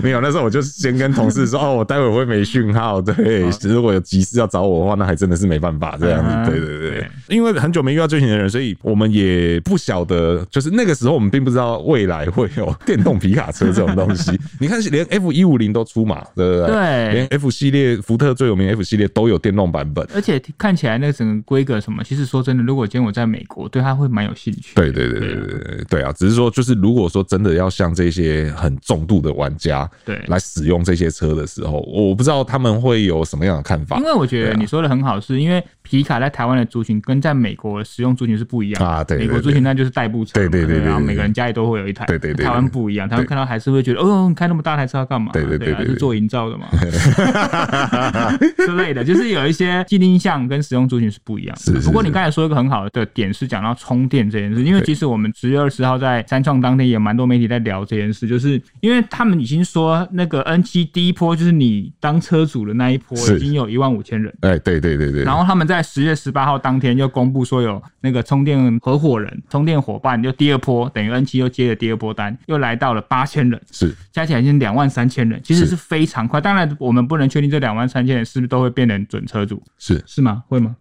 [SPEAKER 1] 没有，那时候我就先跟同事说，哦，我待会会没讯号，对， 如果有急事要找我的话，那还真的是没办法这样
[SPEAKER 2] 哦嗯
[SPEAKER 1] 子。对
[SPEAKER 2] 哼
[SPEAKER 1] 对对
[SPEAKER 2] 对，
[SPEAKER 1] 因为很久没遇到这群人，所以我们也不晓得，就是那个时候我们并不知道未来会有 电动皮卡车这种东西。 你看，连 F 一五零都出嘛，对不对？
[SPEAKER 2] 对
[SPEAKER 1] 连 F 系列，福特最有名的 F 系列都有电动版本。
[SPEAKER 2] 而且看起来那整个规格什么，其实说真的，如果今天我在美国，对啊它会蛮有兴趣。
[SPEAKER 1] 对对对对对对对啊！只是说，就是如果说真的要像这些很重度的玩家
[SPEAKER 2] 对
[SPEAKER 1] 来使用这些车的时候，我不知道他们会有什么样的看法
[SPEAKER 2] 因为我觉
[SPEAKER 1] 啊
[SPEAKER 2] 得你说的很好，是因为皮卡在台湾的族群跟在美国的使用族群是不一样的
[SPEAKER 1] 啊对对
[SPEAKER 2] 美国族群那就是代步车
[SPEAKER 1] 对
[SPEAKER 2] 嘛，
[SPEAKER 1] 对对对
[SPEAKER 2] 然后
[SPEAKER 1] 对对
[SPEAKER 2] 每个人家里都会有一台，
[SPEAKER 1] 对对对对
[SPEAKER 2] 台湾不一样，台湾看到还是会觉得，哦，你开那么大台车要干嘛？
[SPEAKER 1] 对对对
[SPEAKER 2] 啊
[SPEAKER 1] 对对
[SPEAKER 2] 是做营 造的嘛之类的，就是有一些既定印象跟使用族群是不一样的。
[SPEAKER 1] 是是
[SPEAKER 2] 不过你
[SPEAKER 1] 是
[SPEAKER 2] 刚才说一个很好的点是讲到充电这件事，因为其实我们十月二十号在三创当天也蛮多媒体在聊这件事，就是因为他们已经说那个 N 七第一波就是你当车主的那一波
[SPEAKER 1] 是
[SPEAKER 2] 已经有一万五千人。
[SPEAKER 1] 哎，对对对对，
[SPEAKER 2] 然后他们在十月十八号当天又公布说有那个充电合伙人、充电伙伴，就第二波等于 N 七又接了第二波单，又来到了八千人，
[SPEAKER 1] 是
[SPEAKER 2] 加起来已经两万三千人，其实
[SPEAKER 1] 是
[SPEAKER 2] 是非常快。当然，我们不能确定这两万三千人是不是都会变成准车主，
[SPEAKER 1] 是，
[SPEAKER 2] 是吗？会吗？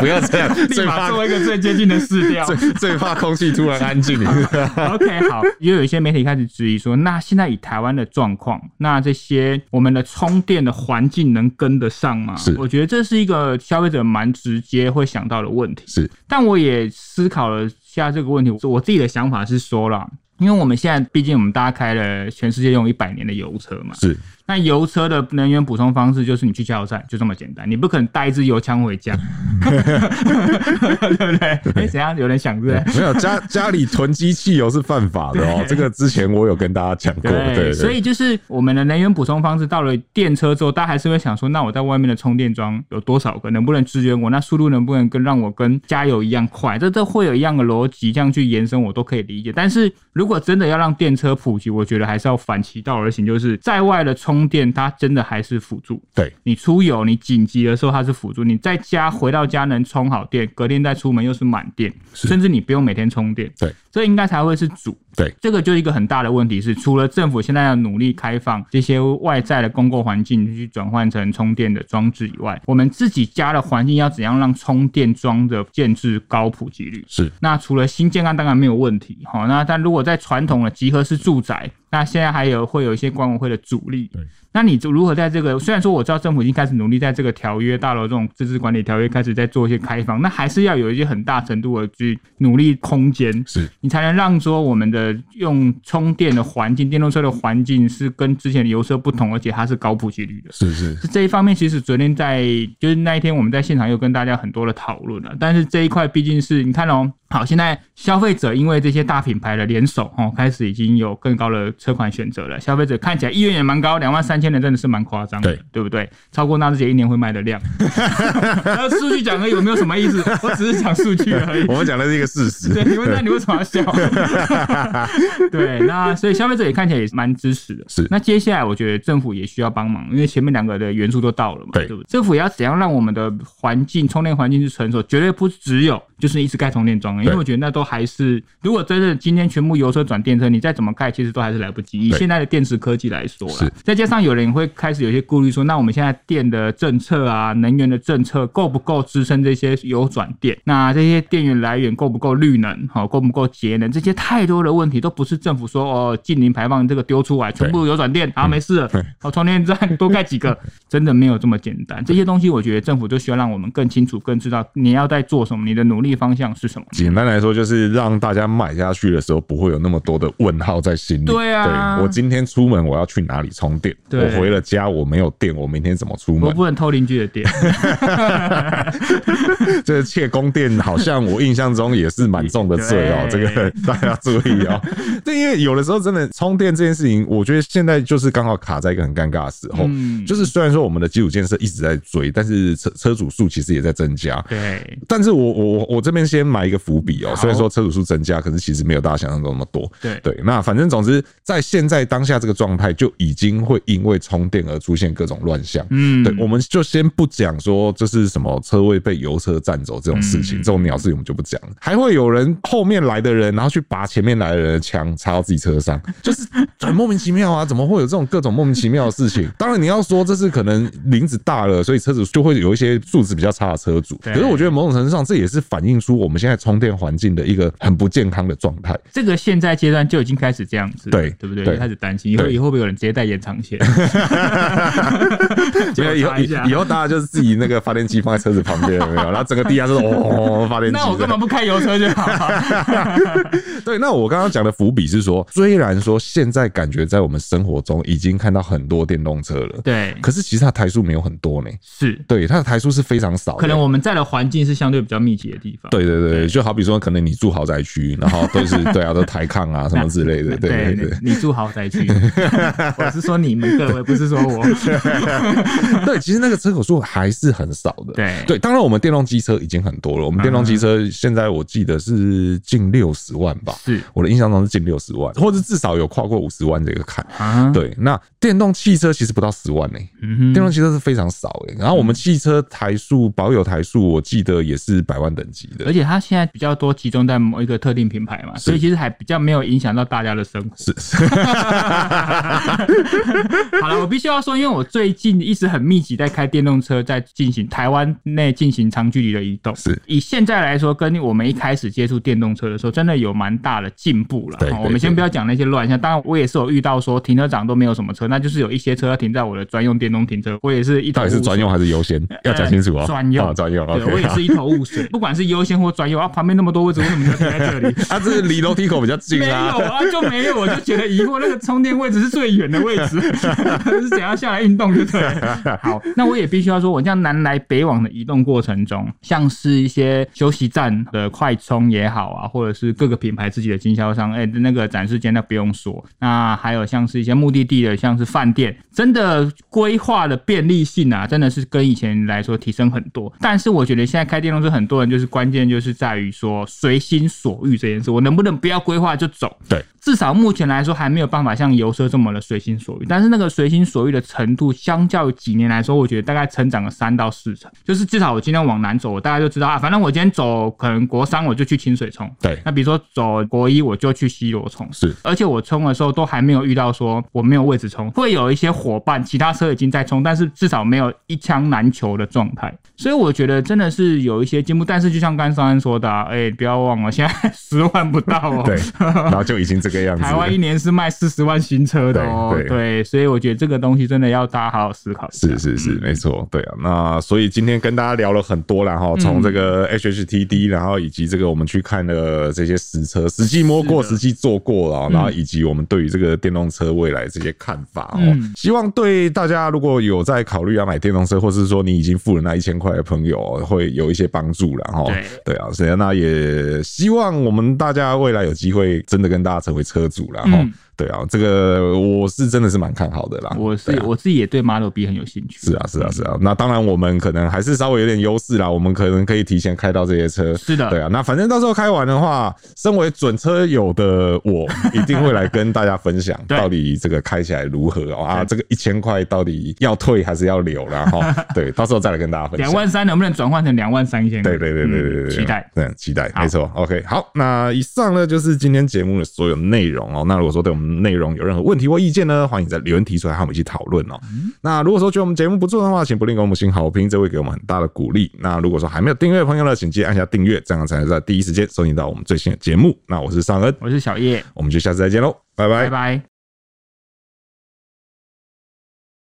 [SPEAKER 1] 不要这样，
[SPEAKER 2] 立
[SPEAKER 1] 最
[SPEAKER 2] 马
[SPEAKER 1] 怕
[SPEAKER 2] 做一个最接近的试调。
[SPEAKER 1] 最最怕空气突然安静。
[SPEAKER 2] OK，好，也有一些媒体开始质疑说，那现在以台湾的状况，那这些我们的充电的环境能跟得上吗？
[SPEAKER 1] 是
[SPEAKER 2] 我觉得这是一个消费者蛮直接会想到的问题。
[SPEAKER 1] 是
[SPEAKER 2] 但我也思考了下这个问题，我自己的想法是说啦，因为我们现在毕竟我们大家开了全世界用一百年的油车嘛，
[SPEAKER 1] 是
[SPEAKER 2] 那油车的能源补充方式就是你去加油站，就这么简单，你不可能带一支油枪回家， 对不对？哎、怎样？有人想是不是？
[SPEAKER 1] 没有家家里囤积汽油是犯法的哦，这个之前我有跟大家讲过， 对对，
[SPEAKER 2] 所以就是我们的能源补充方式到了电车之后，大家还是会想说，那我在外面的充电桩有多少个，能不能支援我？那速度能不能跟让我跟加油一样快？这这会有一样的逻辑，这样去延伸我都可以理解。但是如果真的要让电车普及，我觉得还是要反其道而行，就是在外的充电，它真的还是辅助。
[SPEAKER 1] 对
[SPEAKER 2] 你出游，你紧急的时候它是辅助，你在家回到家能充好电，隔天再出门又是满电，甚至你不用每天充电。
[SPEAKER 1] 对，
[SPEAKER 2] 这应该才会是主。
[SPEAKER 1] 对
[SPEAKER 2] 这个就是一个很大的问题是，除了政府现在要努力开放这些外在的公共环境去转换成充电的装置以外，我们自己家的环境要怎样让充电桩的建制高普及率？
[SPEAKER 1] 是
[SPEAKER 2] 那除了新建案当然没有问题，好，那但如果在传统的集合式住宅，那现在还有会有一些管委会的阻力
[SPEAKER 1] 对。
[SPEAKER 2] 那你如何在这个？虽然说我知道政府已经开始努力在这个条约大楼这种自治管理条约开始在做一些开放，那还是要有一些很大程度的去努力空间，
[SPEAKER 1] 是
[SPEAKER 2] 你才能让说我们的用充电的环境、电动车的环境是跟之前的油车不同，而且它是高普及率的。
[SPEAKER 1] 是是
[SPEAKER 2] 是这一方面，其实昨天在就是那一天我们在现场又跟大家很多的讨论了，但是这一块毕竟是你看哦，好，现在消费者因为这些大品牌的联手哦，开始已经有更高的车款选择了，消费者看起来意愿也蛮高，两万三千人真的是蛮夸张的，
[SPEAKER 1] 对
[SPEAKER 2] 对不对？超过纳智捷一年会卖的量，那数据讲的有没有什么意思？我只是讲数据而已。
[SPEAKER 1] 我们讲的是一个事实，
[SPEAKER 2] 对，你问那你为什么要 笑？对，那所以消费者也看起来也是蛮支持的。
[SPEAKER 1] 是
[SPEAKER 2] 那接下来我觉得政府也需要帮忙，因为前面两个的元素都到了嘛，
[SPEAKER 1] 对
[SPEAKER 2] 对不对？政府也要怎样让我们的环境充电环境是成熟，绝对不只有就是一直盖充电桩，因为
[SPEAKER 1] 对
[SPEAKER 2] 我觉得那都还是，如果真的今天全部油车转电车，你再怎么盖，其实都还是来不及。以
[SPEAKER 1] 对
[SPEAKER 2] 现在的电池科技来说啦
[SPEAKER 1] 是，
[SPEAKER 2] 再加上有人会开始有些顾虑说，那我们现在电的政策啊，能源的政策够不够支撑这些油转电？那这些电源来源够不够绿能？好、够不够节能？这些太多的问题都不是政府说哦，近零排放这个丢出来，全部油转电，啊好、没事了
[SPEAKER 1] 嗯对，
[SPEAKER 2] 好、充电站多盖 几个，真的没有这么简单。这些东西我觉得政府就需要让我们更清楚、更知道你要在做什么，你的努力方向是什么。
[SPEAKER 1] 简单来说，就是让大家买下去的时候不会有那么多的问号在心里。
[SPEAKER 2] 对啊
[SPEAKER 1] 对我今天出门我要去哪里充电？
[SPEAKER 2] 对
[SPEAKER 1] 我回了家我没有电，我明天怎么出
[SPEAKER 2] 我
[SPEAKER 1] 门？
[SPEAKER 2] 不能偷邻居的 电，
[SPEAKER 1] 这个窃供电好像我印象中也是蛮重的罪哦、这
[SPEAKER 2] 对
[SPEAKER 1] 个大家注意哦、对，因为有的时候真的充电这件事情，我觉得现在就是刚好卡在一个很尴尬的时候。
[SPEAKER 2] 嗯
[SPEAKER 1] 就是虽然说我们的基础建设一直在追，但是车车主数其实也在增加。
[SPEAKER 2] 对，
[SPEAKER 1] 但是我我我我这边先埋一个伏笔哦、
[SPEAKER 2] 好
[SPEAKER 1] 虽然说车主数增加，可是其实没有大家想象中那么多。
[SPEAKER 2] 对
[SPEAKER 1] 对，那反正总之，在现在当下这个状态，就已经会因为充电而出现各种乱象。
[SPEAKER 2] 嗯，
[SPEAKER 1] 对，我们就先不讲说这是什么车位被油车占走这种事情，
[SPEAKER 2] 嗯
[SPEAKER 1] 这种鸟事我们就不讲了。还会有人后面来的人，然后去拔前面来的人的枪，插到自己车上，就是很莫名其妙啊！怎么会有这种各种莫名其妙的事情？当然你要说这是可能林子大了，所以车主就会有一些素质比较差的车主。
[SPEAKER 2] 对
[SPEAKER 1] 可是我觉得某种程度上，这也是反映出我们现在充电环境的一个很不健康的状态。
[SPEAKER 2] 这个现在阶段就已经开始这样子了，
[SPEAKER 1] 对
[SPEAKER 2] 对不对？
[SPEAKER 1] 对
[SPEAKER 2] 就开始担心以后
[SPEAKER 1] 对
[SPEAKER 2] 以后会不会有人直接带延长线？
[SPEAKER 1] 没有以后
[SPEAKER 2] 查一下
[SPEAKER 1] 以后大家就是自己那个发电机放在车子旁边，有没有？ 然后整个地下室哦，发电机这样。
[SPEAKER 2] 那我干嘛不开油车就好了？
[SPEAKER 1] 对，那我刚刚讲的伏笔是说，虽然说现在感觉在我们生活中已经看到很多电动车了，
[SPEAKER 2] 对，
[SPEAKER 1] 可是其实它的台数没有很多呢。
[SPEAKER 2] 是
[SPEAKER 1] 对，它的台数是非常少的。
[SPEAKER 2] 可能我们在的环境是相对比较密集的地方。
[SPEAKER 1] 对对对，就好比说，可能你住豪宅区，然后都是对啊，都抬抗啊什么之类的，对对对。
[SPEAKER 2] 你你住豪宅区， 我是说你们各位，不是说我。
[SPEAKER 1] 对，其实那个车口数还是很少的。
[SPEAKER 2] 对
[SPEAKER 1] 对，当然我们电动机车已经很
[SPEAKER 2] 嗯
[SPEAKER 1] 多了，我们电动机车现在我记得是近六十万吧，
[SPEAKER 2] 是
[SPEAKER 1] 我的印象中是近六十万，或者至少有跨过五十万这个坎。
[SPEAKER 2] 啊，
[SPEAKER 1] 对，那电动汽车其实不到十万呢、
[SPEAKER 2] 嗯
[SPEAKER 1] 电动
[SPEAKER 2] 哼，
[SPEAKER 1] 汽车是非常少诶、然后我们汽车台数保有台数，我记得也是百万等级的
[SPEAKER 2] 而。且它现在比较多集中在某一个特定品牌嘛，所以其实还比较没有影响到大家的生活。
[SPEAKER 1] 是，
[SPEAKER 2] 好了，我必须要说，因为我最近一直很密集在开电动车，在进行台湾内进行长距离的移动。
[SPEAKER 1] 是
[SPEAKER 2] 以现在来说，跟我们一开始接触电动车的时候，真的有蛮大的进步了。
[SPEAKER 1] 对
[SPEAKER 2] 哦
[SPEAKER 1] 对
[SPEAKER 2] 我们先
[SPEAKER 1] 对
[SPEAKER 2] 不要讲那些乱象，当然我也是有遇到说停车场都没有什么车，那就是有一些车要停在我的专用电动停车，我也是一头
[SPEAKER 1] 到底是
[SPEAKER 2] 雾水
[SPEAKER 1] 专用还是优先？要讲清楚哦。
[SPEAKER 2] 哎专用
[SPEAKER 1] 哦专用。
[SPEAKER 2] 对，我
[SPEAKER 1] OK，
[SPEAKER 2] 也
[SPEAKER 1] 好
[SPEAKER 2] 是一头雾水。不管是优先或专用啊，旁边那么多位置，为什么你要停在这 里？
[SPEAKER 1] 啊，这是离楼梯口比较近
[SPEAKER 2] 没有
[SPEAKER 1] 啊。
[SPEAKER 2] 啊，就没有，我就觉得疑惑，那个充电位置是最远的位 置，是怎样下来运动就对了。 好，那我也必须要说，我这样南来北往的移动过程中，像是一些休息站的快充也好啊，或者是各个品牌自己的经销商，哎、那个展示间那不用说，那还有像是一些目的地的，像是饭店，真的规划的便利性啊，真的是跟以前来说提升很多。但是我觉得现在开电动车，很多人就是关键就是在于说随心所欲这件事，我能不能不要规划就走？
[SPEAKER 1] 对，
[SPEAKER 2] 至少目前来说还没有办法像油车这么的随心所欲，但是那个随心所欲的程度，相较于几年来说，我觉得大概成长了三到四成。就是至少我今天往南走，我大概就知道啊，反正我今天走可能国三我就去清水冲，
[SPEAKER 1] 对，
[SPEAKER 2] 那比如说走国一我就去西罗冲，
[SPEAKER 1] 是
[SPEAKER 2] 而且我冲的时候都还没有遇到说我没有位置冲，会有一些伙伴，其他车已经在冲，但是至少没有一枪难求的状态。所以我觉得真的是有一些进步，但是就像刚刚上安说的、啊，哎、不要忘了，现在十万不到哦。
[SPEAKER 1] 对，然后就已经这个样子了。
[SPEAKER 2] 台湾一年是卖四十万新车的哦，
[SPEAKER 1] 对对
[SPEAKER 2] 所以我觉得这个东西真的要大家好好思考一下。
[SPEAKER 1] 是是是，没错，对啊。那所以今天跟大家聊了很多啦，然
[SPEAKER 2] 嗯
[SPEAKER 1] 后从这个 HHTD，然后以及这个我们去看了这些实车，实际摸过、
[SPEAKER 2] 是的嗯
[SPEAKER 1] 实际坐过了，然后以及我们对于这个电动车未来这些看法哦。
[SPEAKER 2] 嗯
[SPEAKER 1] 希望对大家如果有在考虑要买电动车，或是说你已经付了那一千块的朋友，会有一些帮助了哈。
[SPEAKER 2] 对
[SPEAKER 1] 对啊，所以那也希望我们大家未来有机会真的跟大家成为车主啦。哈
[SPEAKER 2] 嗯。
[SPEAKER 1] 对啊，这个我是真的是蛮看好的啦。
[SPEAKER 2] 我是、
[SPEAKER 1] 对啊
[SPEAKER 2] 我自己也对 Model B 很有兴趣。
[SPEAKER 1] 是啊，是啊，是啊。那当然，我们可能还是稍微有点优势啦，我们可能可以提前开到这些车。
[SPEAKER 2] 是的
[SPEAKER 1] 对啊。那反正到时候开完的话，身为准车友的我，一定会来跟大家分享
[SPEAKER 2] 对
[SPEAKER 1] 到底这个开起来如何哦啊，
[SPEAKER 2] 对
[SPEAKER 1] 这个一千块到底要退还是要留啦 哈？对，到时候再来跟大家分
[SPEAKER 2] 两
[SPEAKER 1] 享。
[SPEAKER 2] 万三能不能转换成两万三千？
[SPEAKER 1] 对对对对对对
[SPEAKER 2] 嗯
[SPEAKER 1] 对，
[SPEAKER 2] 期待。
[SPEAKER 1] 嗯，期待，
[SPEAKER 2] 好
[SPEAKER 1] 没错。OK，好，那以上呢就是今天节目的所有内容哦。那如果说对我们内容有任何问题或意见呢，欢迎在留言提出来，和我们一起讨论哦。
[SPEAKER 2] 嗯
[SPEAKER 1] 那如果说觉得我们节目不错的话，请不吝给我们五星好评，这会给我们很大的鼓励。那如果说还没有订阅的朋友呢，请记得按下订阅，这样才能在第一时间收听到我们最新的节目。那我是尚恩，
[SPEAKER 2] 我是小叶，
[SPEAKER 1] 我们就下次再见喽，拜
[SPEAKER 2] 拜拜。